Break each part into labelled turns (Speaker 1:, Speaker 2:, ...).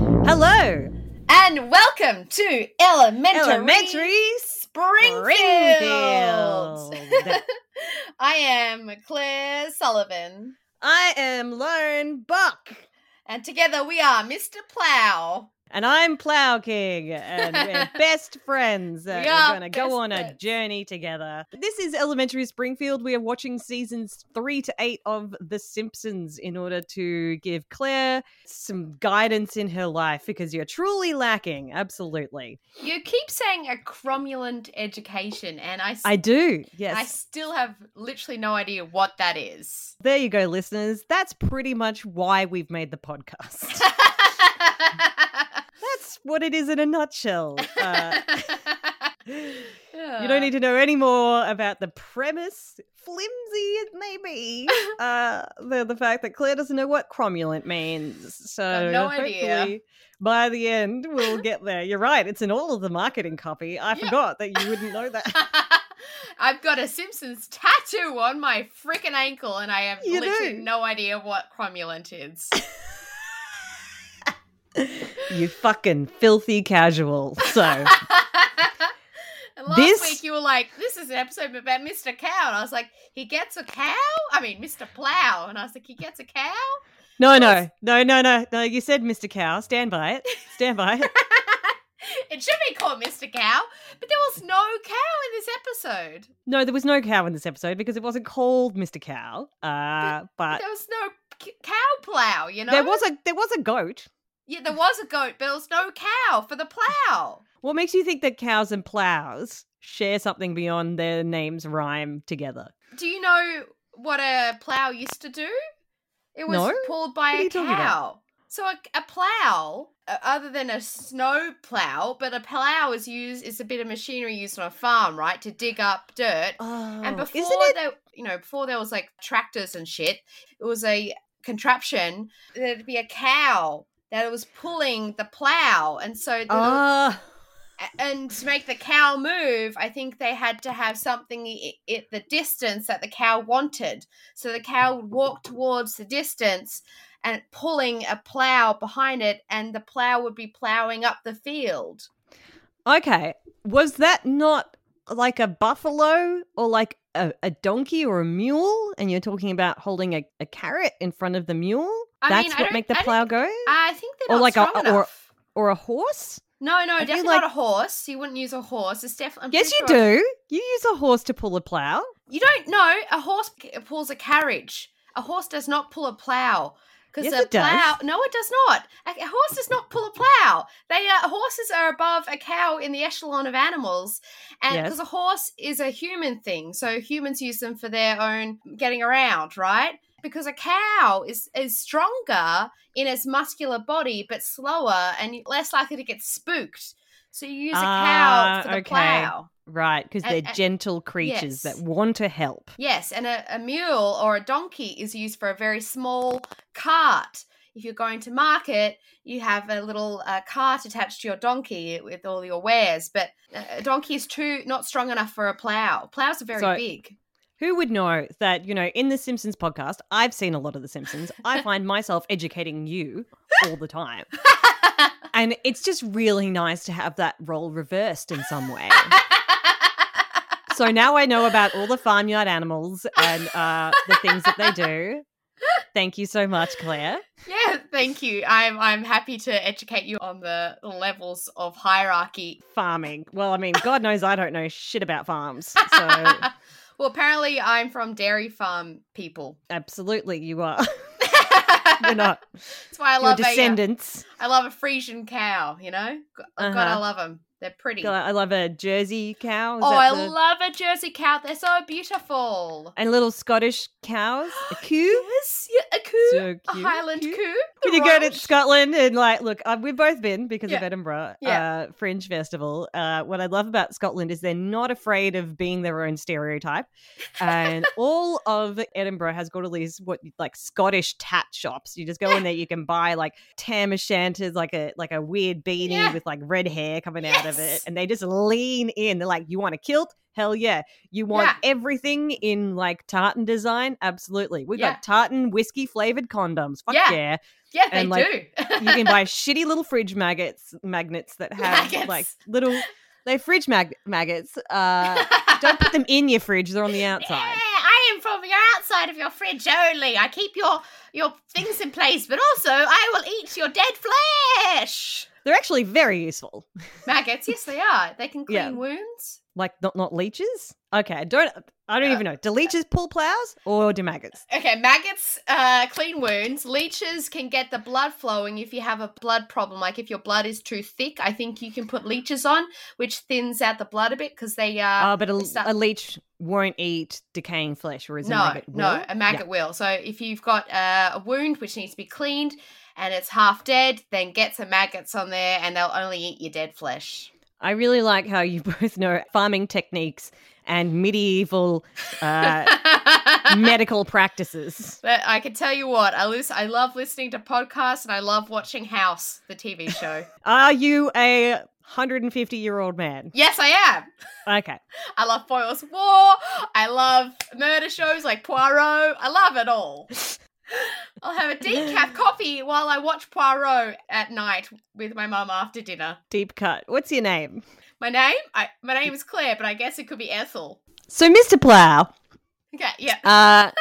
Speaker 1: Hello,
Speaker 2: And welcome to Elementary,
Speaker 1: elementary
Speaker 2: Springfield.
Speaker 1: Springfield.
Speaker 2: I am Claire Sullivan,
Speaker 1: I am Lauren Buck,
Speaker 2: and together we are Mr. Plow.
Speaker 1: and I'm Plow King, and we're best friends. and
Speaker 2: We are
Speaker 1: we're gonna go
Speaker 2: best
Speaker 1: on a
Speaker 2: friends.
Speaker 1: journey together. This is Elementary Springfield. We are watching seasons three to eight of The Simpsons in order to give Claire some guidance in her life because you're truly lacking. Absolutely,
Speaker 2: You keep saying a cromulent education, and I, s-
Speaker 1: I do. Yes,
Speaker 2: I still have literally no idea what that is.
Speaker 1: There you go, listeners. That's pretty much why we've made the podcast. That's what it is in a nutshell. Uh, you don't need to know any more about the premise, flimsy it may be, uh, the, the fact that Claire doesn't know what cromulent means. So
Speaker 2: no
Speaker 1: hopefully
Speaker 2: idea.
Speaker 1: by the end we'll get there. You're right. It's in all of the marketing copy. I
Speaker 2: Yeah.
Speaker 1: forgot that you wouldn't know that.
Speaker 2: I've got a Simpsons tattoo on my freaking ankle, and I have
Speaker 1: You
Speaker 2: literally
Speaker 1: do.
Speaker 2: no idea what cromulent is.
Speaker 1: you fucking filthy casual. So.
Speaker 2: and last
Speaker 1: This-
Speaker 2: week you were like, "This is an episode about Mr. Cow," and I was like, "He gets a cow." I mean, Mr. Plow, and I was like, "He gets a cow."
Speaker 1: No, no, no, no, no, no. You said Mr. Cow. Stand by it. Stand by it.
Speaker 2: it should be called Mr. Cow, but there was no cow in this episode.
Speaker 1: No, there was no cow in this episode because it wasn't called Mr. Cow. Uh, but
Speaker 2: There was no c- cow plow. You know,
Speaker 1: there was a there was a goat.
Speaker 2: yeah, there was a goat, but there was no cow for the plow.
Speaker 1: What makes you think that cows and plows share something beyond their names rhyme together?
Speaker 2: Do you know what a plow used to do? It was
Speaker 1: No.
Speaker 2: pulled by
Speaker 1: What are
Speaker 2: a
Speaker 1: you talking about?
Speaker 2: cow. So a, a plow, uh, other than a snow plow, but a plow is used is a bit of machinery used on a farm, right, to dig up dirt.
Speaker 1: Oh,
Speaker 2: and before
Speaker 1: isn't it?
Speaker 2: there, you know, before there was like tractors and shit, it was a contraption. There'd be a cow that was pulling the plow, and so the,
Speaker 1: Ah,
Speaker 2: a- and to make the cow move, I think they had to have something i- at the distance that the cow wanted. So the cow would walk towards the distance and pulling a plow behind it, and the plow would be plowing up the field.
Speaker 1: okay. Was that not like a buffalo or like a, a donkey or a mule? And you're talking about holding a, a carrot in front of the mule?
Speaker 2: I
Speaker 1: That's
Speaker 2: mean, I
Speaker 1: what
Speaker 2: don't-
Speaker 1: make the
Speaker 2: I don't-
Speaker 1: plow go?
Speaker 2: I think they're
Speaker 1: Or
Speaker 2: not
Speaker 1: like a-
Speaker 2: strong
Speaker 1: or-
Speaker 2: enough.
Speaker 1: or a horse?
Speaker 2: No, no,
Speaker 1: feel
Speaker 2: definitely
Speaker 1: like-
Speaker 2: not a horse. You wouldn't use a horse. It's definitely
Speaker 1: Yes, you do. You use a horse to pull a plow.
Speaker 2: You don't know. A horse c- pulls a carriage. A horse does not pull a plow. Because
Speaker 1: Yes,
Speaker 2: a
Speaker 1: it does.
Speaker 2: plow, no, it does not. A, a horse does not pull a plow. They are horses are above a cow in the echelon of animals, and
Speaker 1: Yes.
Speaker 2: because a horse is a human thing, so humans use them for their own getting around, right? Because a cow is is stronger in its muscular body, but slower and less likely to get spooked. So you use a
Speaker 1: Ah,
Speaker 2: cow for the
Speaker 1: okay.
Speaker 2: plow.
Speaker 1: Right, because
Speaker 2: And-
Speaker 1: they're
Speaker 2: and-
Speaker 1: gentle creatures
Speaker 2: yes.
Speaker 1: that want to help.
Speaker 2: Yes, and a, a mule or a donkey is used for a very small cart. If you're going to market, you have a little uh, cart attached to your donkey with all your wares. But a a donkey is too not strong enough for a plow. Plows are very
Speaker 1: So-
Speaker 2: big.
Speaker 1: Who would know that, you know, in the Simpsons podcast, I've seen a lot of the Simpsons. I find myself educating you all the time. And it's just really nice to have that role reversed in some way. So now I know about all the farmyard animals and uh, the things that they do. Thank you so much, Claire.
Speaker 2: yeah, thank you. I'm I'm happy to educate you on the levels of hierarchy.
Speaker 1: Farming. Well, I mean, God knows I don't know shit about farms. So
Speaker 2: well, apparently I'm from dairy farm people.
Speaker 1: absolutely, you are. You're not.
Speaker 2: That's why I
Speaker 1: Your
Speaker 2: love a, uh,
Speaker 1: descendants.
Speaker 2: I love a Frisian cow, you know? G- oh, God, I
Speaker 1: Uh-huh.
Speaker 2: love them. They're pretty.
Speaker 1: God, I love a Jersey cow. is
Speaker 2: oh,
Speaker 1: that
Speaker 2: I
Speaker 1: the-
Speaker 2: love a Jersey cow. They're so beautiful.
Speaker 1: and little Scottish cows. A coo.
Speaker 2: Yes, yeah, a coo.
Speaker 1: So
Speaker 2: a
Speaker 1: cute,
Speaker 2: Highland coo.
Speaker 1: cute.
Speaker 2: the
Speaker 1: When you go to
Speaker 2: Welsh.
Speaker 1: Scotland and like, look, uh, we've both been because of
Speaker 2: Yeah.
Speaker 1: Edinburgh
Speaker 2: Yeah.
Speaker 1: uh, Fringe Festival. Uh, what I love about Scotland is they're not afraid of being their own stereotype, and all of Edinburgh has got all these what like Scottish tat shops. You just go in there, you can buy like tam o'shanters, like a like a weird beanie
Speaker 2: Yeah.
Speaker 1: with like red hair coming out of it,
Speaker 2: Yes.
Speaker 1: and they just lean in. They're like, you want a kilt? Hell yeah! You want
Speaker 2: Yeah.
Speaker 1: everything in like tartan design? Absolutely. We
Speaker 2: Yeah.
Speaker 1: got tartan whiskey flavored condoms. Fuck
Speaker 2: Yeah.
Speaker 1: yeah.
Speaker 2: Yeah, they
Speaker 1: And, like,
Speaker 2: do.
Speaker 1: you can buy shitty little fridge maggots magnets that have
Speaker 2: Maggots.
Speaker 1: like little they're fridge mag- maggots. Uh, don't put them in your fridge; they're on the
Speaker 2: Yeah,
Speaker 1: outside.
Speaker 2: I am from your outside of your fridge only. I keep your your things in place, but also I will eat your dead flesh.
Speaker 1: They're actually very useful.
Speaker 2: Maggots, yes, they are. They can clean
Speaker 1: Yeah.
Speaker 2: wounds.
Speaker 1: Like not not leeches. Okay, don't I don't even know. Do leeches pull plows or do maggots?
Speaker 2: Okay, maggots uh, clean wounds. Leeches can get the blood flowing if you have a blood problem. Like if your blood is too thick, I think you can put leeches on, which thins out the blood a bit because they are.
Speaker 1: Uh, but a,
Speaker 2: it's not-
Speaker 1: a leech won't eat decaying flesh, whereas a
Speaker 2: no,
Speaker 1: maggot will.
Speaker 2: no, a maggot
Speaker 1: Yeah.
Speaker 2: will. So if you've got uh, a wound which needs to be cleaned and it's half dead, then get some maggots on there and they'll only eat your dead flesh.
Speaker 1: I really like how you both know farming techniques and medieval uh, medical practices.
Speaker 2: But I can tell you what, I lis- I love listening to podcasts and I love watching House, the TV show.
Speaker 1: Are you a 150 year old man?
Speaker 2: yes, I am.
Speaker 1: Okay.
Speaker 2: I love Foyle's War. I love murder shows like Poirot. I love it all. I'll have a decaf coffee while I watch Poirot at night with my mum after dinner.
Speaker 1: Deep cut. What's your name?
Speaker 2: My name? I, my name is Claire, but I guess it could be Ethel.
Speaker 1: So, Mr. Plow,
Speaker 2: Okay, yeah.
Speaker 1: uh,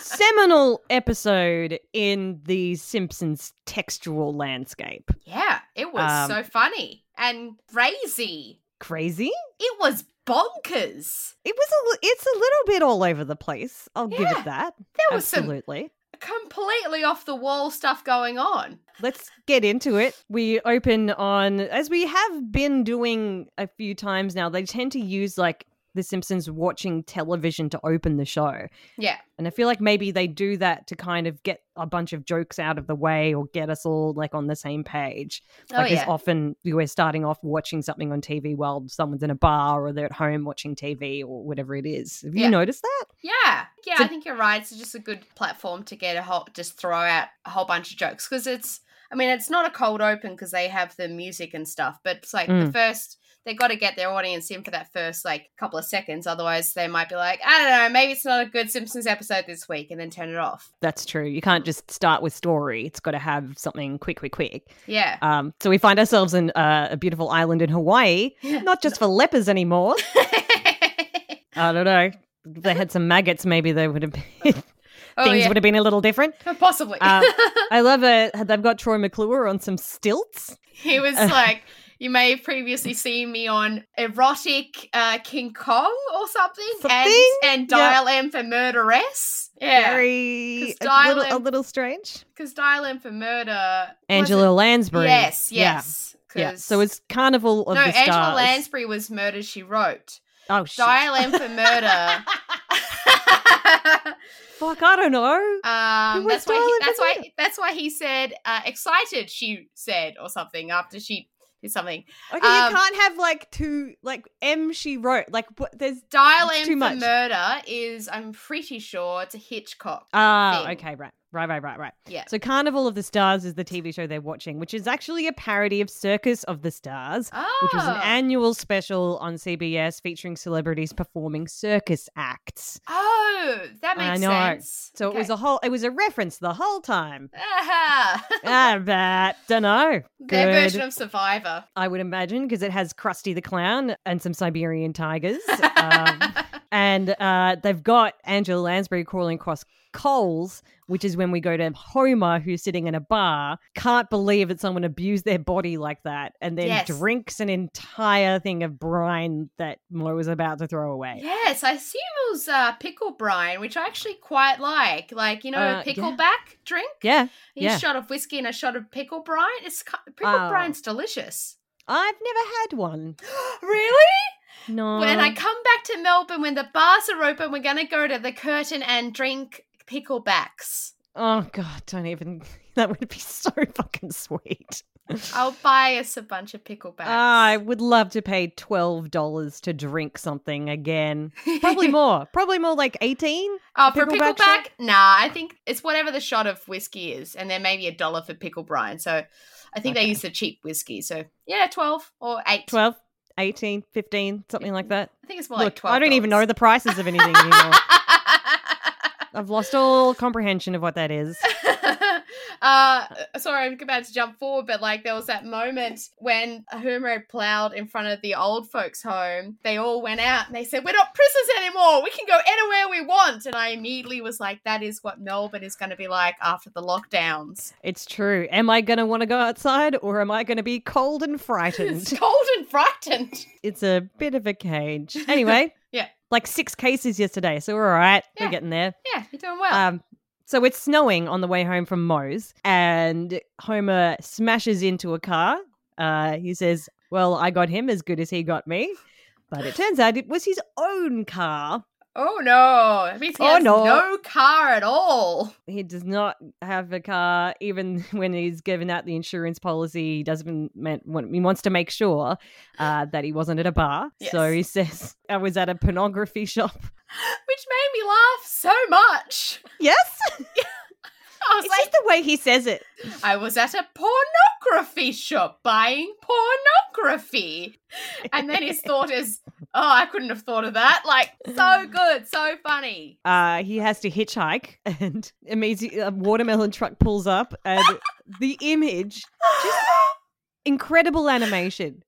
Speaker 1: seminal episode in the Simpsons textual landscape.
Speaker 2: yeah, it was
Speaker 1: Um,
Speaker 2: so funny and crazy.
Speaker 1: Crazy?
Speaker 2: It was bonkers.
Speaker 1: It was a. li- It's a little bit all over the place. I'll give
Speaker 2: Yeah.
Speaker 1: it that.
Speaker 2: There was some
Speaker 1: Absolutely.
Speaker 2: completely off the wall stuff going on.
Speaker 1: Let's get into it. We open on, as we have been doing a few times now, they tend to use like The Simpsons watching television to open the show.
Speaker 2: Yeah.
Speaker 1: And I feel like maybe they do that to kind of get a bunch of jokes out of the way or get us all like on the same page. Like,
Speaker 2: oh
Speaker 1: there's
Speaker 2: yeah.
Speaker 1: often we're starting off watching something on TV while someone's in a bar or they're at home watching TV or whatever it is. Have
Speaker 2: Yeah.
Speaker 1: you noticed that?
Speaker 2: yeah. Yeah,
Speaker 1: So-
Speaker 2: I think you're right. It's just a good platform to get a whole just throw out a whole bunch of jokes because it's I mean, it's not a cold open because they have the music and stuff, but it's like the
Speaker 1: Mm.
Speaker 2: first they got to get their audience in for that first like couple of seconds otherwise they might be like, I don't know, maybe it's not a good Simpsons episode this week and then turn it off.
Speaker 1: That's true. You can't just start with story. It's got to have something quick, quick, quick.
Speaker 2: Yeah.
Speaker 1: Um, so we find ourselves in uh, a beautiful island in Hawaii, not just for lepers anymore. I don't know. If they had some maggots, maybe they would have been, things
Speaker 2: oh yeah.
Speaker 1: would have been a little different.
Speaker 2: Possibly.
Speaker 1: Um, I love it. They've got Troy McClure on some stilts.
Speaker 2: He was
Speaker 1: Uh.
Speaker 2: like, you may have previously seen me on erotic uh, King Kong or something,
Speaker 1: Something?
Speaker 2: and and
Speaker 1: Yeah.
Speaker 2: Dial M for murderess. Yeah,
Speaker 1: Very
Speaker 2: 'Cause
Speaker 1: a
Speaker 2: Dial
Speaker 1: little, a
Speaker 2: M-
Speaker 1: little strange.
Speaker 2: because Dial M for murder. was
Speaker 1: Angela
Speaker 2: it-
Speaker 1: Lansbury.
Speaker 2: Yes,
Speaker 1: Yeah.
Speaker 2: yes.
Speaker 1: Yeah.
Speaker 2: 'cause-
Speaker 1: So it's Carnival of
Speaker 2: no
Speaker 1: the Stars.
Speaker 2: Angela Lansbury was murder. She wrote
Speaker 1: oh shit.
Speaker 2: Dial M for murder.
Speaker 1: Fuck, I don't know.
Speaker 2: um,
Speaker 1: was
Speaker 2: that's why. He,
Speaker 1: Dial M
Speaker 2: that's
Speaker 1: for
Speaker 2: why.
Speaker 1: Murder?
Speaker 2: That's why he said uh, excited. She said or something after she did something.
Speaker 1: Okay,
Speaker 2: Um,
Speaker 1: you can't have like two like M she wrote. Like what there's
Speaker 2: Dial
Speaker 1: It's
Speaker 2: M
Speaker 1: too
Speaker 2: for
Speaker 1: much.
Speaker 2: Murder is, I'm pretty sure, it's a Hitchcock.
Speaker 1: Oh,
Speaker 2: thing.
Speaker 1: okay, right. Right, right, right, right.
Speaker 2: Yeah.
Speaker 1: So Carnival of the Stars is the TV show they're watching, which is actually a parody of Circus of the Stars,
Speaker 2: Oh,
Speaker 1: which was an annual special on CBS featuring celebrities performing circus acts.
Speaker 2: oh, that
Speaker 1: I
Speaker 2: makes
Speaker 1: know.
Speaker 2: sense.
Speaker 1: So it was a whole it was a reference the whole time.
Speaker 2: Aha.
Speaker 1: ah, but dunno.
Speaker 2: Their version
Speaker 1: Good.
Speaker 2: of Survivor.
Speaker 1: I would imagine because it has Krusty the Clown and some Siberian tigers. Um, and uh, they've got Angela Lansbury crawling across coals, which is when we go to Homer, who's sitting in a bar, can't believe that someone abused their body like that, and then
Speaker 2: Yes.
Speaker 1: drinks an entire thing of brine that Mo was about to throw away.
Speaker 2: yes, I assume it was uh, pickle brine, which I actually quite like. Like you know,
Speaker 1: Uh, yeah.
Speaker 2: a pickleback drink.
Speaker 1: Yeah,
Speaker 2: You
Speaker 1: yeah.
Speaker 2: shot of whiskey and a shot of pickle brine. It's ki- pickle
Speaker 1: Oh.
Speaker 2: brine's delicious.
Speaker 1: I've never had one.
Speaker 2: really?
Speaker 1: No,
Speaker 2: When I come back to Melbourne, when the bars are open, we're gonna go to the curtain and drink picklebacks.
Speaker 1: oh god, don't even. That would be so fucking sweet.
Speaker 2: I'll buy us a bunch of picklebacks.
Speaker 1: I would love to pay twelve dollars to drink something again. Probably more. Probably more like eighteen.
Speaker 2: oh, for
Speaker 1: pickleback
Speaker 2: pickleback,
Speaker 1: shot?
Speaker 2: nah. I think it's whatever the shot of whiskey is, and then maybe a dollar for pickle brine. So, I think they
Speaker 1: Okay.
Speaker 2: use the cheap whiskey. So, yeah, twelve or eight.
Speaker 1: 12 18 15 something like that
Speaker 2: I think it's more
Speaker 1: look
Speaker 2: like twelve.
Speaker 1: i don't even know the prices of anything anymore i've lost all comprehension of what that is
Speaker 2: Uh, sorry, I'm about to jump forward, but like there was that moment when Homer plowed in front of the old folks' home. They all went out and they said, "We're not prisoners anymore. We can go anywhere we want." And I immediately was like, "That is what Melbourne is going to be like after the lockdowns."
Speaker 1: It's true. Am I going to want to go outside or am I going to be cold and frightened?
Speaker 2: It's cold and frightened.
Speaker 1: it's a bit of a cage. Anyway.
Speaker 2: Yeah.
Speaker 1: Like six cases yesterday, so we're all right.
Speaker 2: Yeah.
Speaker 1: We're getting there.
Speaker 2: Yeah, you're doing well.
Speaker 1: Um, so it's snowing on the way home from Moe's, and Homer smashes into a car. Uh, he says, Well, I got him as good as he got me. But it turns out it was his own car.
Speaker 2: oh no! It means he
Speaker 1: Oh,
Speaker 2: has
Speaker 1: no.
Speaker 2: no car at all.
Speaker 1: He does not have a car, even when he's given out the insurance policy. He doesn't meant he wants to make sure uh, that he wasn't at a bar. So
Speaker 2: Yes.
Speaker 1: he says, "I was at a pornography shop."
Speaker 2: which made me laugh so much.
Speaker 1: Yes,
Speaker 2: I was
Speaker 1: it's
Speaker 2: like,
Speaker 1: just the way he says it.
Speaker 2: I was at a pornography shop buying pornography. And then his thought is, oh, I couldn't have thought of that. Like, so good, so funny.
Speaker 1: uh, he has to hitchhike, and amazing a watermelon truck pulls up, and the image, incredible animation,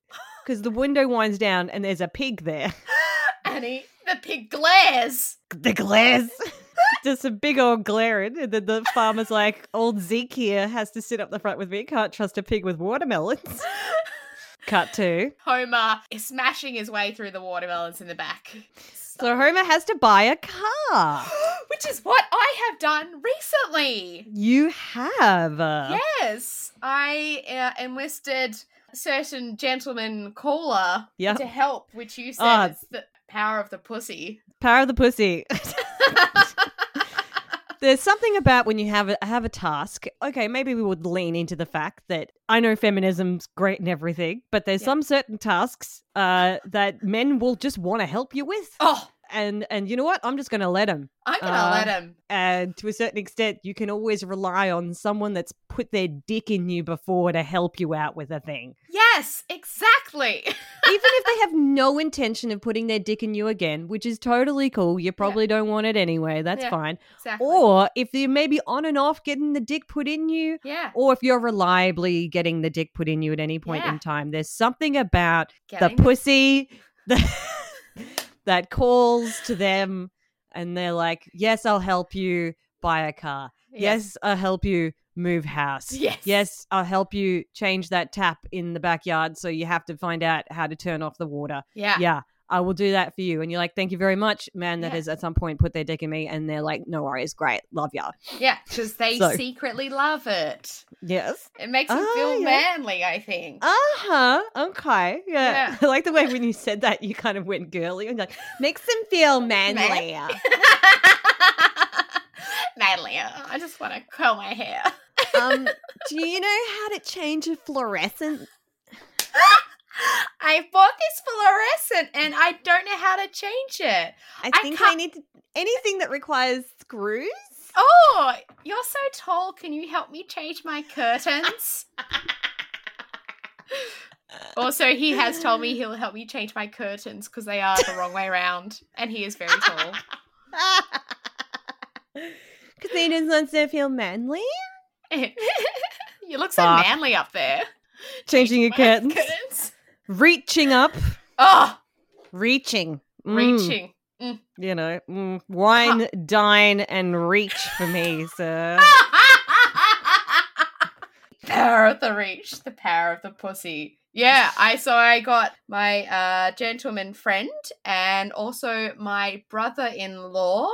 Speaker 1: because the window winds down and there's a pig there.
Speaker 2: Annie, the pig glares.
Speaker 1: The glares, just a big old glaring, and then the farmer's like, "Old Zeke here has to sit up the front with me. Can't trust a pig with watermelons." Cut to
Speaker 2: Homer is smashing his way through the watermelons in the back.
Speaker 1: so Homer has to buy a car.
Speaker 2: Which is what I have done recently.
Speaker 1: You have. uh,
Speaker 2: Yes, I uh, enlisted a certain gentleman caller
Speaker 1: Yeah.
Speaker 2: to help, which you said
Speaker 1: Ah.
Speaker 2: is the power of the pussy.
Speaker 1: Power of the pussy. There's something about when you have a have a task. Okay, maybe we would lean into the fact that I know feminism's great and everything, but there's
Speaker 2: Yeah.
Speaker 1: some certain tasks uh, that men will just want to help you with,
Speaker 2: oh,
Speaker 1: and and you know what? I'm just going to let them.
Speaker 2: I'm gonna
Speaker 1: Uh,
Speaker 2: let him.
Speaker 1: And to a certain extent, you can always rely on someone that's put their dick in you before to help you out with a thing,
Speaker 2: Yes, exactly.
Speaker 1: even if they have no intention of putting their dick in you again, which is totally cool. You probably don't want it anyway. That's
Speaker 2: Yeah.
Speaker 1: fine.
Speaker 2: exactly.
Speaker 1: Or if you're maybe on and off getting the dick put in you,
Speaker 2: yeah,
Speaker 1: or if you're reliably getting the dick put in you at any point
Speaker 2: Yeah.
Speaker 1: in time, there's something about
Speaker 2: getting
Speaker 1: the pussy that, that calls to them and they're like, Yes, I'll help you buy a car. Yes, I'll help you move house.
Speaker 2: Yes.
Speaker 1: Yes, I'll help you change that tap in the backyard so you have to find out how to turn off the water
Speaker 2: yeah,
Speaker 1: yeah i will do that for you and you're like thank you very much man that
Speaker 2: Yeah.
Speaker 1: has at some point put their dick in me and they're like no worries great love ya
Speaker 2: yeah, because they
Speaker 1: So-
Speaker 2: secretly love it.
Speaker 1: yes
Speaker 2: It makes them
Speaker 1: Ah,
Speaker 2: feel
Speaker 1: yeah.
Speaker 2: manly. I think.
Speaker 1: uh-huh okay yeah, i like the way when you said that you kind of went girly and like makes them feel manlier
Speaker 2: manly. uh, I just want to curl my hair.
Speaker 1: um do you know how to change a fluorescent
Speaker 2: I bought this fluorescent and I don't know how to change it.
Speaker 1: i
Speaker 2: I
Speaker 1: think i,
Speaker 2: can't-
Speaker 1: need to, anything that requires screws
Speaker 2: Oh, you're so tall. Can you help me change my curtains? also, he has told me he'll help me change my curtains because they are the wrong way around and he is very tall.
Speaker 1: because they just want to feel manly
Speaker 2: you look so
Speaker 1: Fuck.
Speaker 2: manly up there.
Speaker 1: changing your
Speaker 2: My
Speaker 1: curtains
Speaker 2: curtains.
Speaker 1: reaching up
Speaker 2: Oh,
Speaker 1: reaching Mm.
Speaker 2: reaching.
Speaker 1: you know, mm, wine, dine, and reach for me, sir.
Speaker 2: Ah! power of the reach, the power of the pussy. Yeah, I so I got my uh, gentleman friend and also my brother-in-law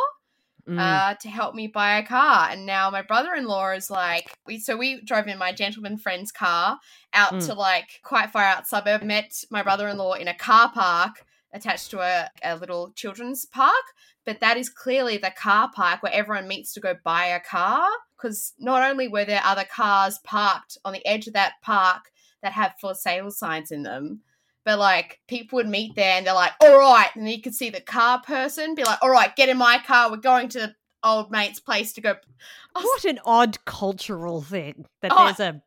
Speaker 1: Mm.
Speaker 2: uh, to help me buy a car. And now my brother-in-law is like, we so we drove in my gentleman friend's car out
Speaker 1: Mm.
Speaker 2: to like quite far out suburb. Met my brother-in-law in a car park attached to a, a little children's park, but that is clearly the car park where everyone meets to go buy a car. Because not only were there other cars parked on the edge of that park that have for sale signs in them. But like people would meet there and they're like, all right. And you could see the car person be like, all right, get in my car. We're going to the old mate's place to go. I was-
Speaker 1: what an odd cultural thing that
Speaker 2: Oh.
Speaker 1: there's a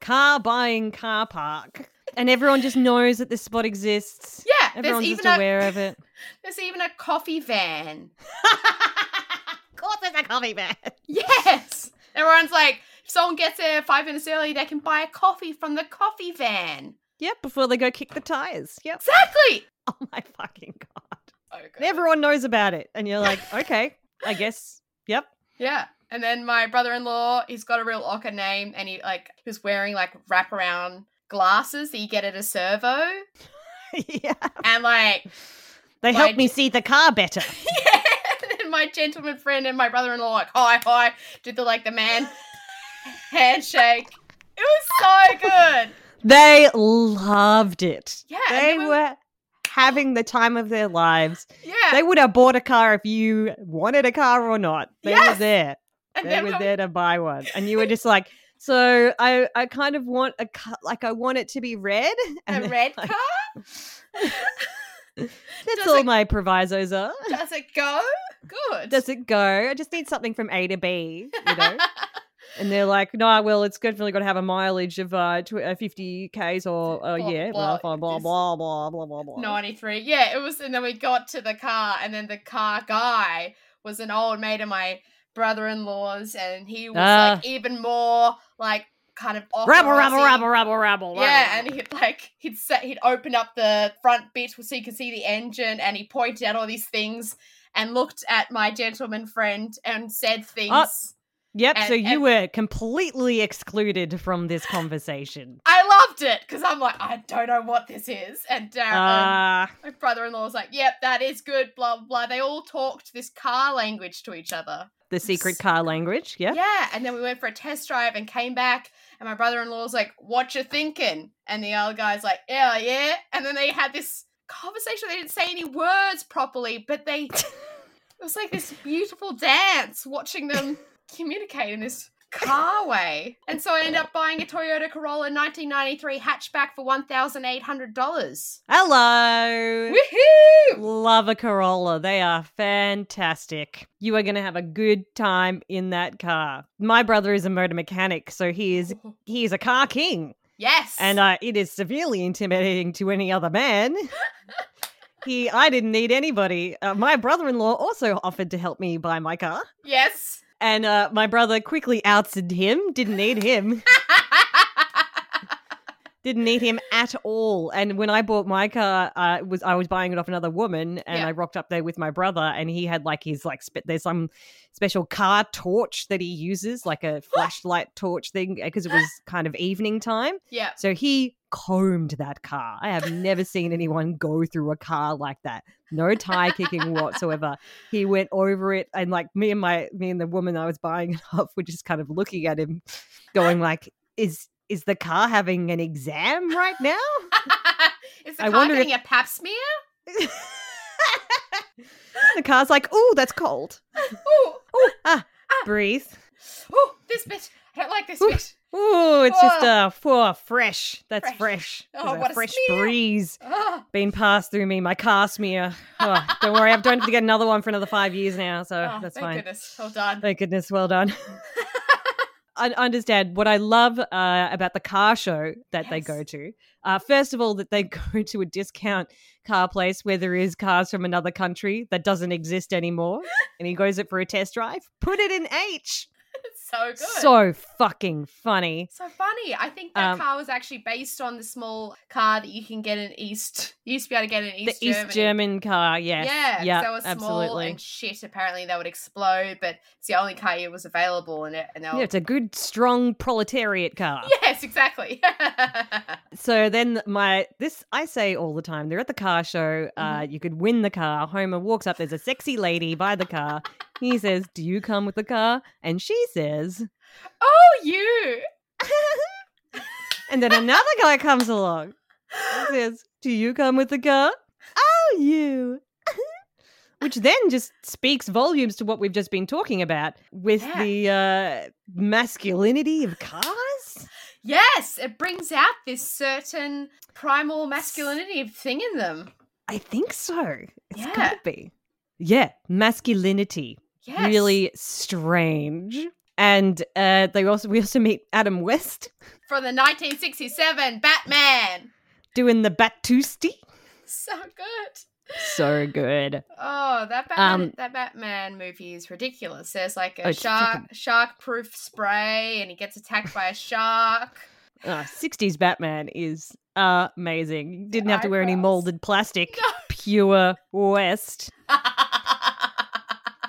Speaker 1: car buying car park and everyone just knows that this spot exists.
Speaker 2: Yeah, there's
Speaker 1: Everyone's
Speaker 2: even,
Speaker 1: just
Speaker 2: a,
Speaker 1: aware of it.
Speaker 2: there's even a coffee van.
Speaker 1: of course, there's a coffee van.
Speaker 2: Yes. Everyone's like, If someone gets there five minutes early, they can buy a coffee from the coffee van.
Speaker 1: Yep, before they go kick the tires. Yep.
Speaker 2: Exactly.
Speaker 1: Oh my fucking god.
Speaker 2: Oh, God.
Speaker 1: And everyone knows about it. And you're like, okay, I guess. Yep.
Speaker 2: Yeah. And then my brother-in-law, he's got a real ocker name, and he like he was wearing like wraparound glasses that you get at a servo,
Speaker 1: yeah.
Speaker 2: and like
Speaker 1: They
Speaker 2: My
Speaker 1: help me
Speaker 2: d-
Speaker 1: see the car better.
Speaker 2: yeah. And then my gentleman friend and my brother-in-law like hi hi did the like the man handshake. It was so good.
Speaker 1: They loved it.
Speaker 2: Yeah. and
Speaker 1: They
Speaker 2: then we-
Speaker 1: were having the time of their lives.
Speaker 2: yeah.
Speaker 1: They would have bought a car if you wanted a car or not. They
Speaker 2: Yes.
Speaker 1: were there.
Speaker 2: and
Speaker 1: They
Speaker 2: then
Speaker 1: were
Speaker 2: when we-
Speaker 1: there to buy one. And you were just like, so I, I kind of want a car, like I want it to be red. And
Speaker 2: a
Speaker 1: then-
Speaker 2: red
Speaker 1: like-
Speaker 2: car.
Speaker 1: that's
Speaker 2: does
Speaker 1: all
Speaker 2: it-
Speaker 1: my provisos are.
Speaker 2: Does it go? Good.
Speaker 1: Does it go? I just need something from A to B, you know? And they're like, no, well, it's definitely got to have a mileage of uh, tw- uh 50 Ks or, uh,
Speaker 2: Blah,
Speaker 1: yeah,
Speaker 2: blah,
Speaker 1: blah, blah, blah,
Speaker 2: this-
Speaker 1: blah, blah, blah, blah, blah.
Speaker 2: 93. Yeah, it was. And then we got to the car, and then the car guy was an old mate of my brother in law's, and he was
Speaker 1: Ah.
Speaker 2: like even more like kind of off.
Speaker 1: Rabble, rabble, rabble, rabble, rabble.
Speaker 2: Yeah, and he'd like he'd set he'd open up the front bit so you could see the engine, and he pointed out all these things and looked at my gentleman friend and said things.
Speaker 1: Yep, so
Speaker 2: and-
Speaker 1: you
Speaker 2: and-
Speaker 1: were completely excluded from this conversation.
Speaker 2: I loved it because I'm like I don't know what this is, and Darren,
Speaker 1: Ah,
Speaker 2: My brother in law was like, yep, that is good, blah, blah, blah. They all talked this car language to each other.
Speaker 1: the secret car language, yeah?
Speaker 2: Yeah. And then we went for a test drive and came back. And my brother in law was like, what you thinking? And the other guy's like, yeah, yeah. And then they had this conversation. They didn't say any words properly, but they. it was like this beautiful dance watching them communicate in this car way. And so I ended up buying a Toyota Corolla 1993 hatchback for $1,800.
Speaker 1: Hello!
Speaker 2: Woohoo!
Speaker 1: Love a Corolla. They are fantastic. You are going to have a good time in that car. My brother is a motor mechanic, so he is he is a car king,
Speaker 2: Yes.
Speaker 1: and uh, it is severely intimidating to any other man. he, I didn't need anybody. Uh, my brother-in-law also offered to help me buy my car,
Speaker 2: yes.
Speaker 1: and uh, my brother quickly ousted him. Didn't need him. didn't need him at all. And when I bought my car, uh, it was I was buying it off another woman, and
Speaker 2: Yeah.
Speaker 1: I rocked up there with my brother, and he had like his like spe- there's some special car torch that he uses, like a flashlight torch thing, because it was kind of evening time.
Speaker 2: yeah.
Speaker 1: So he combed that car. I have never seen anyone go through a car like that. No tie kicking whatsoever. He went over it and like me and my me and the woman I was buying it off were just kind of looking at him, going like, is is the car having an exam right now?
Speaker 2: Is the
Speaker 1: I
Speaker 2: car
Speaker 1: wonder if-
Speaker 2: getting a pap smear?
Speaker 1: the car's like, oh, that's cold.
Speaker 2: Ooh,
Speaker 1: Ooh, ah, breathe.
Speaker 2: ooh, this bit. I don't like this
Speaker 1: Ooh.
Speaker 2: bit.
Speaker 1: Ooh, it's just
Speaker 2: Oh.
Speaker 1: uh, for fresh. That's
Speaker 2: Fresh.
Speaker 1: fresh.
Speaker 2: Oh,
Speaker 1: There's
Speaker 2: what a
Speaker 1: a fresh
Speaker 2: smell.
Speaker 1: breeze.
Speaker 2: Oh,
Speaker 1: been passed through me, my car smear. Oh, don't worry, I don't have to get another one for another five years now, so
Speaker 2: oh,
Speaker 1: that's
Speaker 2: thank
Speaker 1: fine.
Speaker 2: goodness. Well done.
Speaker 1: Thank goodness, well done. I I understand what I love uh, about the car show that they
Speaker 2: Yes.
Speaker 1: go to. Uh, first of all, that they go to a discount car place where there is cars from another country that doesn't exist anymore, and he goes it for a test drive. Put it in H.
Speaker 2: It's so good.
Speaker 1: So fucking funny.
Speaker 2: So funny. I think that
Speaker 1: Um,
Speaker 2: car was actually based on the small car that you can get in East. You used to be able to get in East
Speaker 1: the
Speaker 2: Germany.
Speaker 1: East German car, yes.
Speaker 2: Yeah,
Speaker 1: yeah,
Speaker 2: so it was small
Speaker 1: absolutely.
Speaker 2: and shit. Apparently, they would explode, but it's the only car that was available, and it. And they
Speaker 1: yeah,
Speaker 2: were-
Speaker 1: it's a good, strong proletariat car.
Speaker 2: yes, exactly.
Speaker 1: So then my this I say all the time. They're at the car show.
Speaker 2: Mm-hmm.
Speaker 1: Uh, you could win the car. Homer walks up. There's a sexy lady by the car. he says, "Do you come with the car?" And she says,
Speaker 2: oh, you.
Speaker 1: and then another guy comes along. and says, "Do you come with the car?" Oh, you. Which then just speaks volumes to what we've just been talking about with
Speaker 2: Yeah.
Speaker 1: the uh, masculinity of cars.
Speaker 2: Yes, it brings out this certain primal masculinity thing in them.
Speaker 1: I think so. It's
Speaker 2: Yeah.
Speaker 1: gotta be. Yeah, masculinity.
Speaker 2: Yes.
Speaker 1: really strange. And uh, they also we also meet Adam West
Speaker 2: From the 1967 Batman.
Speaker 1: doing the Batusti.
Speaker 2: So good.
Speaker 1: So good.
Speaker 2: Oh, that Batman,
Speaker 1: Um,
Speaker 2: that Batman movie is ridiculous. There's like a
Speaker 1: Oh, it's
Speaker 2: shark
Speaker 1: fucking-
Speaker 2: shark proof spray, and he gets attacked by a shark.
Speaker 1: Uh, 60s Batman is amazing. Didn't have to wear any
Speaker 2: eyebrows.
Speaker 1: molded plastic. Pure West.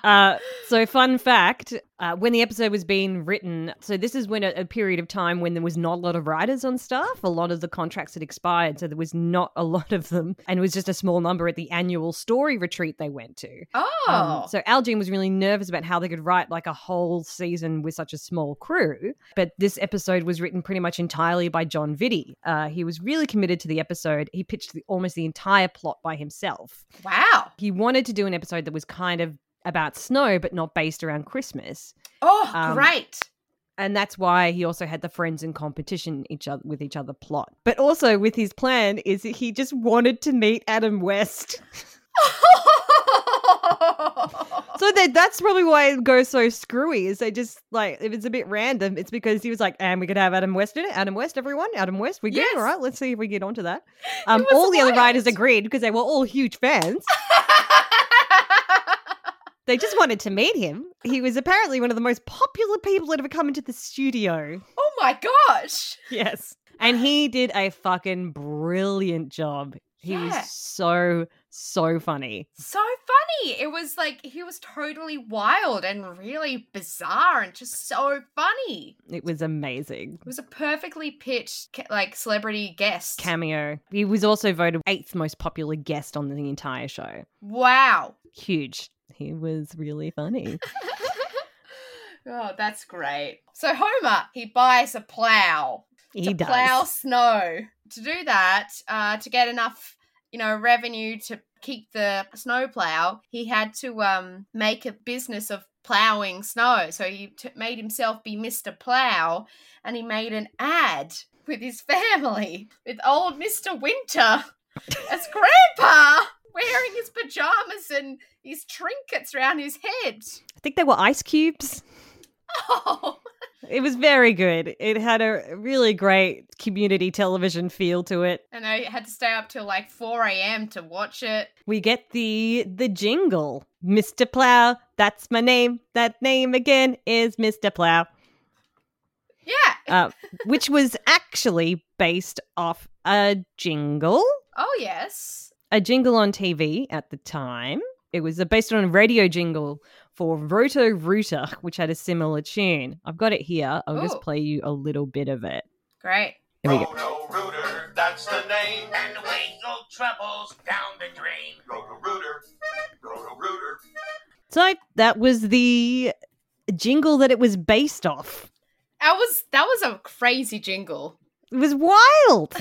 Speaker 1: Uh, so, fun fact uh, when the episode was being written, so this is when a, a period of time when there was not a lot of writers on staff. A lot of the contracts had expired, so there was not a lot of them. And it was just a small number at the annual story retreat they went to.
Speaker 2: oh,
Speaker 1: Um, so Algene was really nervous about how they could write like a whole season with such a small crew. But this episode was written pretty much entirely by John Vitti. Uh, he was really committed to the episode. He pitched the, almost the entire plot by himself.
Speaker 2: wow.
Speaker 1: He wanted to do an episode that was kind of about snow, but not based around Christmas.
Speaker 2: Oh,
Speaker 1: um,
Speaker 2: great.
Speaker 1: And that's why he also had the friends in competition each other with each other plot. But also with his plan is that he just wanted to meet Adam West. So that that's probably why it goes so screwy. Is they just like if it's a bit random, it's because he was like, "And we could have Adam West in it. Adam West, everyone. Adam West, we good.
Speaker 2: Yes.
Speaker 1: All right, let's see if we get onto that." Um,
Speaker 2: was
Speaker 1: all the other writers
Speaker 2: wild.
Speaker 1: agreed because they were all huge fans. They just wanted to meet him. He was apparently one of the most popular people that ever come into the studio.
Speaker 2: oh my gosh.
Speaker 1: Yes, and he did a fucking brilliant job. He
Speaker 2: Yeah.
Speaker 1: was so so funny.
Speaker 2: So funny. It was like he was totally wild and really bizarre and just so funny.
Speaker 1: It was amazing.
Speaker 2: It was a perfectly pitched ca- like celebrity guest.
Speaker 1: Cameo. He was also voted eighth most popular guest on the entire show.
Speaker 2: wow.
Speaker 1: huge. He was really funny.
Speaker 2: oh, that's great. So Homer, he buys a plow
Speaker 1: He
Speaker 2: to
Speaker 1: does.
Speaker 2: plow snow. To do that, uh, to get enough, you know, revenue to keep the snow plow, he had to um make a business of plowing snow. So he t- made himself be Mr. Plow, and he made an ad with his family with old Mr. Winter as Grandpa. Wearing his pajamas and his trinkets around his head.
Speaker 1: I think they were ice cubes.
Speaker 2: Oh,
Speaker 1: It was very good. It had a really great community television feel to it.
Speaker 2: and I had to stay up till like 4 a.m. to watch it.
Speaker 1: We get the the jingle. Mr. Plow, that's my name. That name again is Mr. Plow,
Speaker 2: Yeah,
Speaker 1: uh, which was actually based off a jingle,
Speaker 2: Oh yes.
Speaker 1: a jingle on TV at the time. It was uh, based on a radio jingle for Roto Rooter, which had a similar tune. I've got it here. I'll
Speaker 2: Ooh.
Speaker 1: just play you a little bit of it.
Speaker 2: Great.
Speaker 1: Here we go.
Speaker 3: Roto Rooter, that's the name. And we go troubles down the drain. Roto Rooter, Roto Rooter.
Speaker 1: So that was the jingle that it was based off.
Speaker 2: That was that was a crazy jingle.
Speaker 1: It was wild.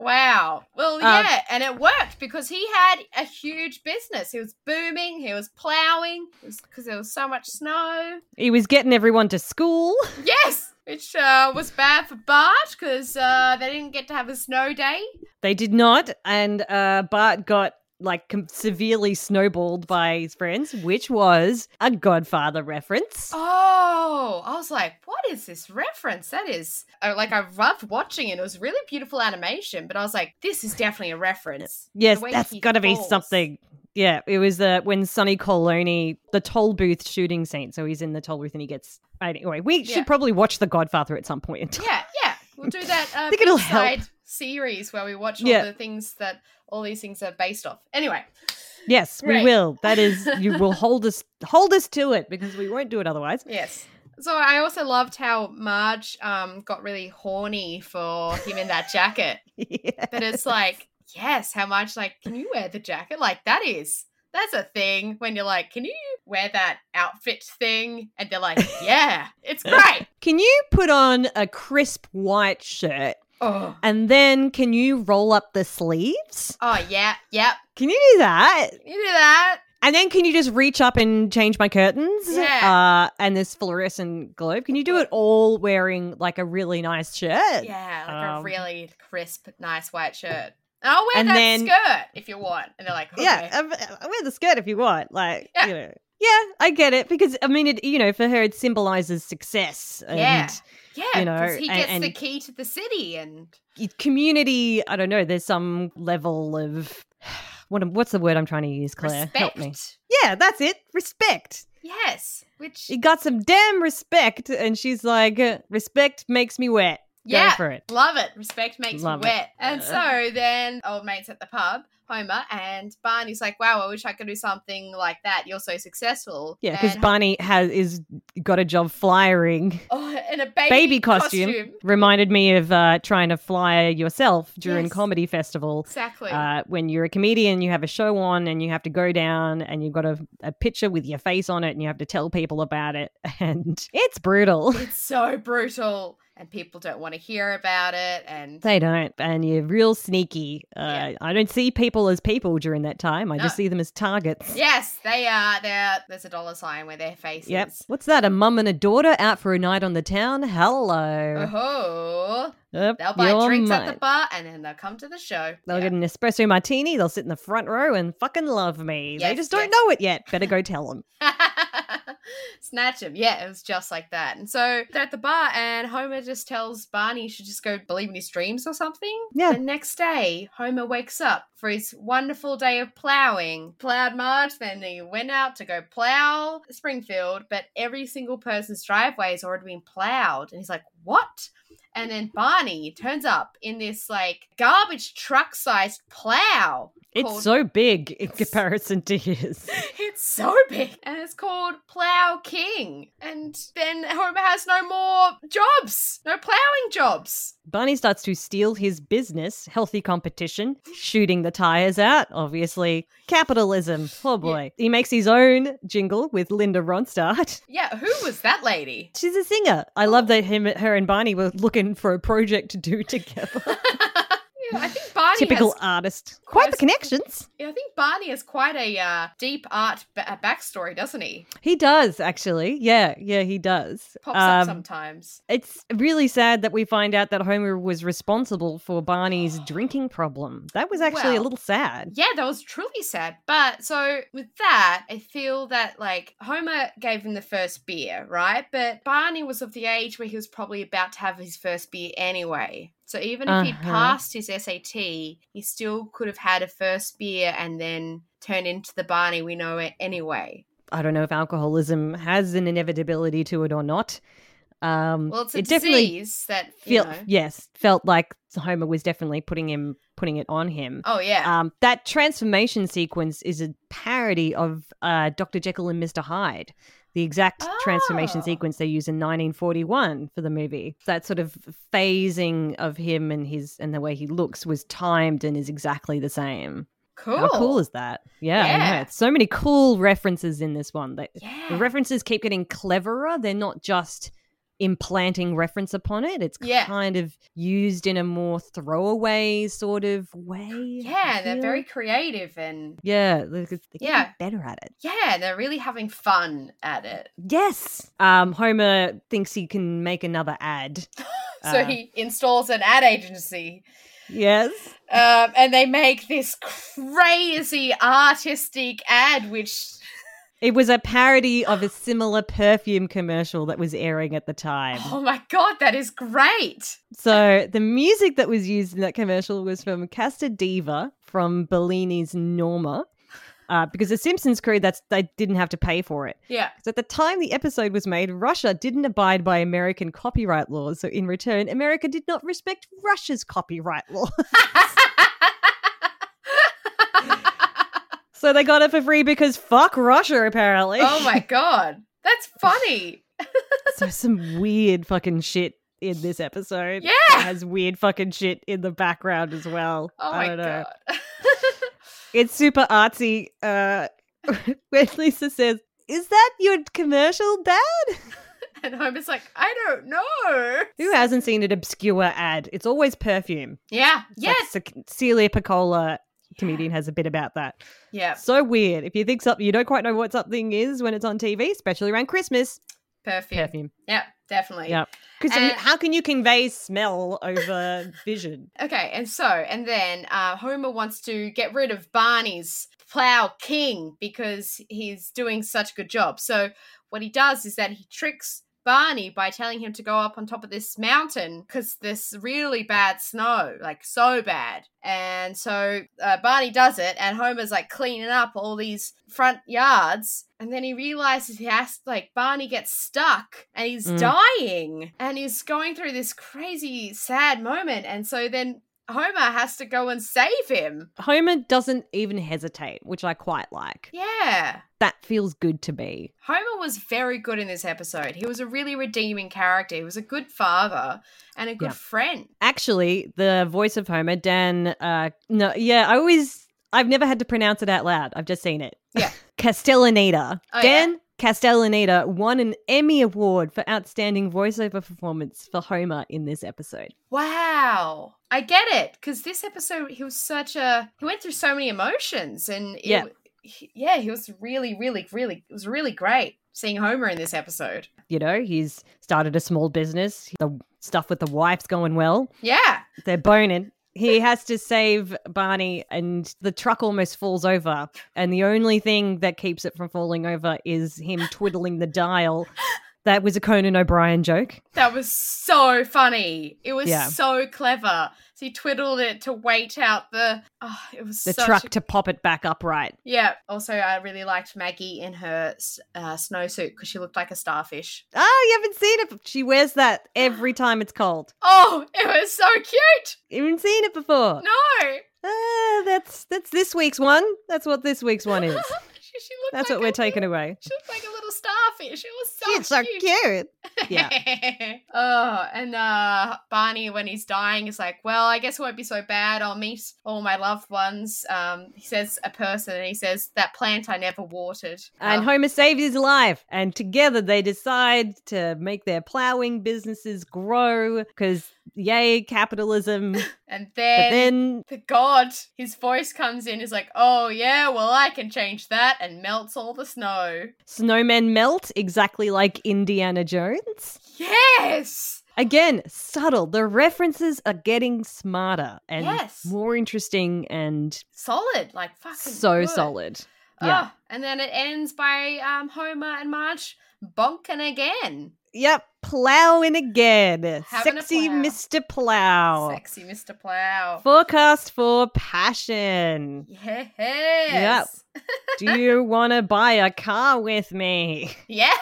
Speaker 2: wow. Well,
Speaker 1: Uh,
Speaker 2: yeah, and it worked because he had a huge business. He was booming, he was plowing because there was so much snow.
Speaker 1: He was getting everyone to school.
Speaker 2: Yes, which uh, was bad for Bart because uh, they didn't get to have a snow day.
Speaker 1: They did not, and uh, Bart got like com- severely snowballed by his friends, which was a Godfather reference.
Speaker 2: Oh, I was like, what is this reference? That is uh, like I loved watching it. It was really beautiful animation, but I was like, this is definitely a reference.
Speaker 1: Yes,
Speaker 2: The way
Speaker 1: that's
Speaker 2: he
Speaker 1: got to be
Speaker 2: falls.
Speaker 1: something. Yeah, it was uh, when Sonny Coloni, the toll booth shooting scene. So he's in the toll booth and he gets. Anyway, we
Speaker 2: Yeah.
Speaker 1: should probably watch The Godfather at some point in time.
Speaker 2: Yeah, yeah. We'll do that uh,
Speaker 1: I think it'll help.
Speaker 2: side series where we watch all
Speaker 1: Yeah.
Speaker 2: the things that all these things are based off. Anyway,
Speaker 1: Yes, we
Speaker 2: Right.
Speaker 1: will. That is, you will hold us hold us to it because we won't do it otherwise.
Speaker 2: yes. So I also loved how Marge um, got really horny for him in that jacket.
Speaker 1: yeah.
Speaker 2: But it's like, yes, how much? Like, can you wear the jacket? Like, that is. That's a thing when you're like, can you wear that outfit thing? And they're like, yeah, it's great.
Speaker 1: Can you put on a crisp white shirt
Speaker 2: Oh,
Speaker 1: and then can you roll up the sleeves?
Speaker 2: oh yeah, yep.
Speaker 1: Can you do that?
Speaker 2: You do that.
Speaker 1: And then can you just reach up and change my curtains?
Speaker 2: Yeah.
Speaker 1: Uh, and this fluorescent globe. Can you do it all wearing like a really nice shirt?
Speaker 2: Yeah, like a
Speaker 1: Um,
Speaker 2: really crisp, nice white shirt. And I'll wear
Speaker 1: and
Speaker 2: that
Speaker 1: then-
Speaker 2: skirt if you want. And they're like, okay.
Speaker 1: um, Yeah, I- I wear the uh, skirt if you want. Like,
Speaker 2: Yeah.
Speaker 1: you know, Yeah, I get it because I mean, it you know, for her it symbolizes success and
Speaker 2: Yeah. Yeah,
Speaker 1: You know,
Speaker 2: 'cause he
Speaker 1: and-
Speaker 2: gets the
Speaker 1: and-
Speaker 2: key to the city, and
Speaker 1: y- community. I don't know. There's some level of what? am- What's the word I'm trying to use, Claire?
Speaker 2: respect.
Speaker 1: Help me. Yeah, that's it. Respect.
Speaker 2: Yes, which
Speaker 1: She got some damn respect, and she's like, uh, "Respect makes me wet.
Speaker 2: yeah,
Speaker 1: Go for it."
Speaker 2: Love it. Respect makes
Speaker 1: Love it.
Speaker 2: me wet. And so then old mate's at the pub, Homer, and Barney's like, Wow, I wish I could do something like that. You're so successful.
Speaker 1: Yeah, because
Speaker 2: and,
Speaker 1: Barney has is got a job flyering.
Speaker 2: oh, in a baby,
Speaker 1: baby costume. Reminded me of uh, trying to flyer yourself during
Speaker 2: Yes.
Speaker 1: comedy festival.
Speaker 2: Exactly.
Speaker 1: Uh, when you're a comedian, you have a show on and you have to go down and you've got a, a picture with your face on it and you have to tell people about it. And it's brutal.
Speaker 2: it's so brutal. And people don't want to hear about it. And
Speaker 1: They don't. And you're real sneaky. Uh,
Speaker 2: Yeah.
Speaker 1: I don't see people as people during that time. I
Speaker 2: No.
Speaker 1: just see them as targets.
Speaker 2: yes, they are there. There's a dollar sign where their faces.
Speaker 1: Yep. What's that? A mum and a daughter out for a night on the town? Hello.
Speaker 2: Oh,
Speaker 1: Yep,
Speaker 2: they'll buy
Speaker 1: you're
Speaker 2: drinks at
Speaker 1: mine.
Speaker 2: the bar and then they'll come to the show.
Speaker 1: They'll
Speaker 2: Yeah.
Speaker 1: get an espresso martini. They'll sit in the front row and fucking love me. they
Speaker 2: Yes,
Speaker 1: just don't
Speaker 2: yes.
Speaker 1: know it yet. Better go tell them.
Speaker 2: Snatch him. Yeah, it was just like that. And so they're at the bar, and Homer just tells Barney he should just go believe in his dreams or something.
Speaker 1: Yeah.
Speaker 2: The next day, Homer wakes up for his wonderful day of plowing. Plowed March, then he went out to go plow Springfield, but every single person's driveway has already been plowed. And he's like, What? And then Barney turns up in this like garbage truck sized plow.
Speaker 1: It's
Speaker 2: Cold.
Speaker 1: so big in comparison to his.
Speaker 2: It's so big. And it's called Plow King. And then Homer has no more jobs, no plowing jobs.
Speaker 1: Barney starts to steal his business, healthy competition, shooting the tires out, obviously. Capitalism. Oh boy. He makes his own jingle with Linda Ronstadt.
Speaker 2: Yeah, who was that lady?
Speaker 1: She's a singer. I
Speaker 2: Oh.
Speaker 1: love that him, her and Barney were looking for a project to do together.
Speaker 2: yeah, I think Barney
Speaker 1: Typical
Speaker 2: has.
Speaker 1: artist. Quite the
Speaker 2: Yes.
Speaker 1: connections.
Speaker 2: Yeah, I think Barney has quite a uh, deep art b- uh, backstory, doesn't he?
Speaker 1: He does, actually. Yeah, yeah, he does.
Speaker 2: Pops
Speaker 1: Um,
Speaker 2: up sometimes.
Speaker 1: It's really sad that we find out that Homer was responsible for Barney's drinking problem. That was actually a
Speaker 2: Well,
Speaker 1: little sad.
Speaker 2: Yeah, that was truly sad. But so with that, I feel that like Homer gave him the first beer, right? But Barney was of the age where he was probably about to have his first beer anyway. So even if he'd
Speaker 1: Uh-huh.
Speaker 2: passed his SAT, he still could have had a first beer and then turn into the Barney we know it anyway.
Speaker 1: I don't know if alcoholism has an inevitability to it or not. Um,
Speaker 2: Well, it's a
Speaker 1: it definitely
Speaker 2: disease that you
Speaker 1: felt
Speaker 2: know.
Speaker 1: yes felt like Homer was definitely putting him putting it on him.
Speaker 2: Oh yeah,
Speaker 1: Um, that transformation sequence is a parody of uh, Dr. Jekyll and Mr. Hyde, the exact transformation
Speaker 2: Oh.
Speaker 1: sequence they use in 1941 for the movie. That sort of phasing of him and his and the way he looks was timed and is exactly the same.
Speaker 2: cool.
Speaker 1: How cool is that? Yeah, I know.
Speaker 2: Yeah.
Speaker 1: It's so many cool references in this one. That
Speaker 2: yeah.
Speaker 1: the references keep getting cleverer. They're not just implanting reference upon it. It's
Speaker 2: Yeah.
Speaker 1: kind of used in a more throwaway sort of way.
Speaker 2: yeah,
Speaker 1: I
Speaker 2: they're
Speaker 1: feel.
Speaker 2: very creative and
Speaker 1: yeah. They're, they're getting
Speaker 2: Yeah.
Speaker 1: better at it.
Speaker 2: yeah, they're really having fun at it.
Speaker 1: Yes. Um, Homer thinks he can make another ad.
Speaker 2: So
Speaker 1: Uh,
Speaker 2: he installs an ad agency,
Speaker 1: yes.
Speaker 2: um, and they make this crazy artistic ad, which
Speaker 1: It was a parody of a similar perfume commercial that was airing at the time.
Speaker 2: oh my god, that is great!
Speaker 1: So the music that was used in that commercial was from Casta Diva from Bellini's Norma. Uh, because the Simpsons crew, that's they didn't have to pay for it.
Speaker 2: Yeah,
Speaker 1: So at the time the episode was made, Russia didn't abide by American copyright laws. So in return, America did not respect Russia's copyright law. so they got it for free because fuck Russia, apparently.
Speaker 2: oh my god, that's funny.
Speaker 1: so some weird fucking shit in this episode.
Speaker 2: Yeah.
Speaker 1: It has weird fucking shit in the background as well.
Speaker 2: Oh
Speaker 1: I
Speaker 2: my
Speaker 1: don't know.
Speaker 2: god,
Speaker 1: It's super artsy. Uh, when Lisa says, "Is that your commercial, Dad?"
Speaker 2: and Homer's like, I don't know.
Speaker 1: Who hasn't seen an obscure ad? It's always perfume.
Speaker 2: Yeah,
Speaker 1: It's like
Speaker 2: yes,
Speaker 1: Ce- Celia Piccola comedian has a bit about that.
Speaker 2: yeah,
Speaker 1: So weird. If you think something, you don't quite know what something is when it's on TV, especially around Christmas.
Speaker 2: perfect.
Speaker 1: Perfume.
Speaker 2: Yeah. definitely.
Speaker 1: Yeah. Because
Speaker 2: And-
Speaker 1: how can you convey smell over vision?
Speaker 2: Okay, and so, and then uh, Homer wants to get rid of Barney's plow king because he's doing such a good job. So, what he does is that he tricks Barney by telling him to go up on top of this mountain because this really bad snow, like so bad. And so uh, Barney does it, and Homer's like cleaning up all these front yards. And then he realizes he has like Barney gets stuck and he's
Speaker 1: Mm.
Speaker 2: dying and he's going through this crazy sad moment. And so then Homer has to go and save him.
Speaker 1: Homer doesn't even hesitate, which I quite like.
Speaker 2: Yeah.
Speaker 1: That feels good to be.
Speaker 2: Homer was very good in this episode. He was a really redeeming character. He was a good father and a good
Speaker 1: Yeah.
Speaker 2: friend.
Speaker 1: Actually, the voice of Homer, Dan, uh, no, yeah, I always, I've never had to pronounce it out loud. I've just seen it.
Speaker 2: Yeah.
Speaker 1: Castellaneta.
Speaker 2: Oh, yeah.
Speaker 1: Dan Castellaneta won an Emmy Award for Outstanding Voiceover Performance for Homer in this episode.
Speaker 2: Wow. I get it. Because this episode, he was such a. He went through so many emotions. And it-
Speaker 1: Yeah.
Speaker 2: he- yeah, he was really, really, really. It was really great seeing Homer in this episode.
Speaker 1: You know, he's started a small business, the stuff with the wife's going well.
Speaker 2: Yeah.
Speaker 1: They're boning. He has to save Barney, and the truck almost falls over. And the only thing that keeps it from falling over is him twiddling the dial. That was a Conan O'Brien joke.
Speaker 2: That was so funny. It was
Speaker 1: Yeah.
Speaker 2: so clever. So he twiddled it to wait out the. Oh, it was
Speaker 1: The
Speaker 2: such
Speaker 1: truck
Speaker 2: a-
Speaker 1: to pop it back upright.
Speaker 2: yeah. Also, I really liked Maggie in her s- uh, snowsuit because she looked like a starfish.
Speaker 1: Oh, you haven't seen it. She wears that every time it's cold.
Speaker 2: Oh, it was so cute.
Speaker 1: You haven't seen it before.
Speaker 2: No.
Speaker 1: Ah, that's that's this week's one. That's what this week's one is.
Speaker 2: she, she looked
Speaker 1: That's
Speaker 2: like
Speaker 1: what we're
Speaker 2: a
Speaker 1: taking
Speaker 2: little-
Speaker 1: away.
Speaker 2: She looked like a little starfish. It was so
Speaker 1: She's so
Speaker 2: cute.
Speaker 1: cute. Yeah.
Speaker 2: oh, and uh, Barney, when he's dying, is like, "Well, I guess it won't be so bad. I'll meet all my loved ones." Um, he says a person, and he says that plant I never watered.
Speaker 1: And
Speaker 2: Oh,
Speaker 1: Homer saved his life. And together they decide to make their plowing businesses grow because, yay, capitalism.
Speaker 2: and
Speaker 1: but
Speaker 2: then.
Speaker 1: then,
Speaker 2: the god, his voice comes in, is like, oh yeah, well I can change that, and melts all the snow.
Speaker 1: snowmen melt exactly like Indiana Jones.
Speaker 2: Yes!
Speaker 1: Again, subtle. The references are getting smarter and
Speaker 2: Yes.
Speaker 1: more interesting and
Speaker 2: Solid, like fucking
Speaker 1: so
Speaker 2: good.
Speaker 1: solid. Yeah.
Speaker 2: Oh, and then it ends by um, Homer and Marge bonking again.
Speaker 1: Yep. Plowing again.
Speaker 2: Having a
Speaker 1: Sexy
Speaker 2: plow.
Speaker 1: Mr. Plow.
Speaker 2: Sexy Mr. Plow.
Speaker 1: Forecast for passion.
Speaker 2: yes.
Speaker 1: Do you want to buy a car with me?
Speaker 2: Yes.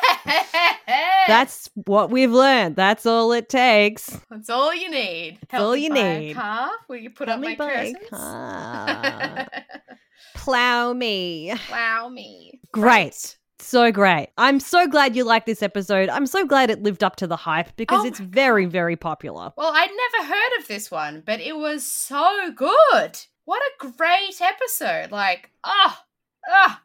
Speaker 1: That's what we've learned. That's all it takes.
Speaker 2: That's all you need. Help
Speaker 1: all
Speaker 2: me
Speaker 1: you
Speaker 2: buy a
Speaker 1: need.
Speaker 2: car? Will you put
Speaker 1: Help
Speaker 2: up
Speaker 1: me
Speaker 2: my
Speaker 1: buy a
Speaker 2: curtains?
Speaker 1: car. Plow me.
Speaker 2: wow me.
Speaker 1: Great. So great. I'm so glad you liked this episode. I'm so glad it lived up to the hype because
Speaker 2: Oh
Speaker 1: it's
Speaker 2: my
Speaker 1: very, very popular.
Speaker 2: Well, I'd never heard of this one, but it was so good. What a great episode. Like, ah, ah.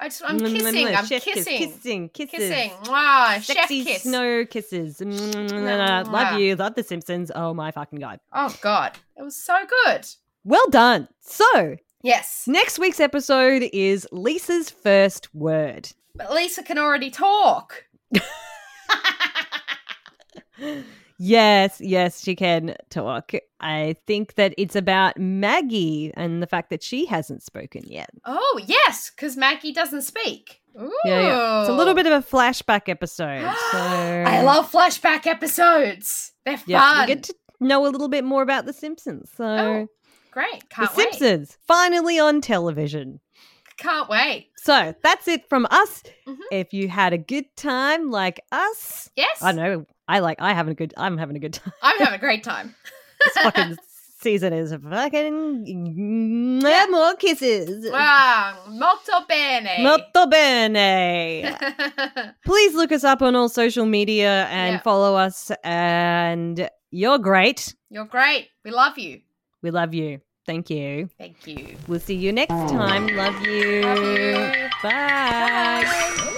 Speaker 2: I just, I'm
Speaker 1: Mm, mm,
Speaker 2: kissing.
Speaker 1: mm,
Speaker 2: I'm
Speaker 1: chef kiss,
Speaker 2: kissing.
Speaker 1: Kissing. Kisses.
Speaker 2: Kissing. Mwah, chef
Speaker 1: Sexy
Speaker 2: kiss.
Speaker 1: snow kisses. Mm, mm, mm, mm, Love you. Love The Simpsons. Oh my fucking God.
Speaker 2: Oh god, it was so good.
Speaker 1: Well done. So,
Speaker 2: Yes,
Speaker 1: next week's episode is Lisa's first word.
Speaker 2: but Lisa can already talk.
Speaker 1: Yes, yes, she can talk. I think that it's about Maggie and the fact that she hasn't spoken yet.
Speaker 2: oh yes, because Maggie doesn't speak. Ooh.
Speaker 1: Yeah, yeah. It's a little bit of a flashback episode. So
Speaker 2: Oh. I love flashback episodes. They're fun.
Speaker 1: Yeah, we get to know a little bit more about the Simpsons. So
Speaker 2: Oh, Great.
Speaker 1: the
Speaker 2: Can't wait.
Speaker 1: Simpsons finally on television.
Speaker 2: Can't wait.
Speaker 1: So that's it from us.
Speaker 2: Mhm.
Speaker 1: If you had a good time like us,
Speaker 2: Yes.
Speaker 1: I know I like I having a good I'm having a good time.
Speaker 2: I'm having a great time.
Speaker 1: This fucking season is fucking more kisses.
Speaker 2: Wow. Molto bene.
Speaker 1: Molto bene. Please look us up on all social media and
Speaker 2: Yeah.
Speaker 1: follow us. And you're great.
Speaker 2: You're great. We love you.
Speaker 1: We love you. Thank you.
Speaker 2: Thank you.
Speaker 1: We'll see you next time. Love you.
Speaker 2: Love you.
Speaker 1: Bye.
Speaker 2: Bye.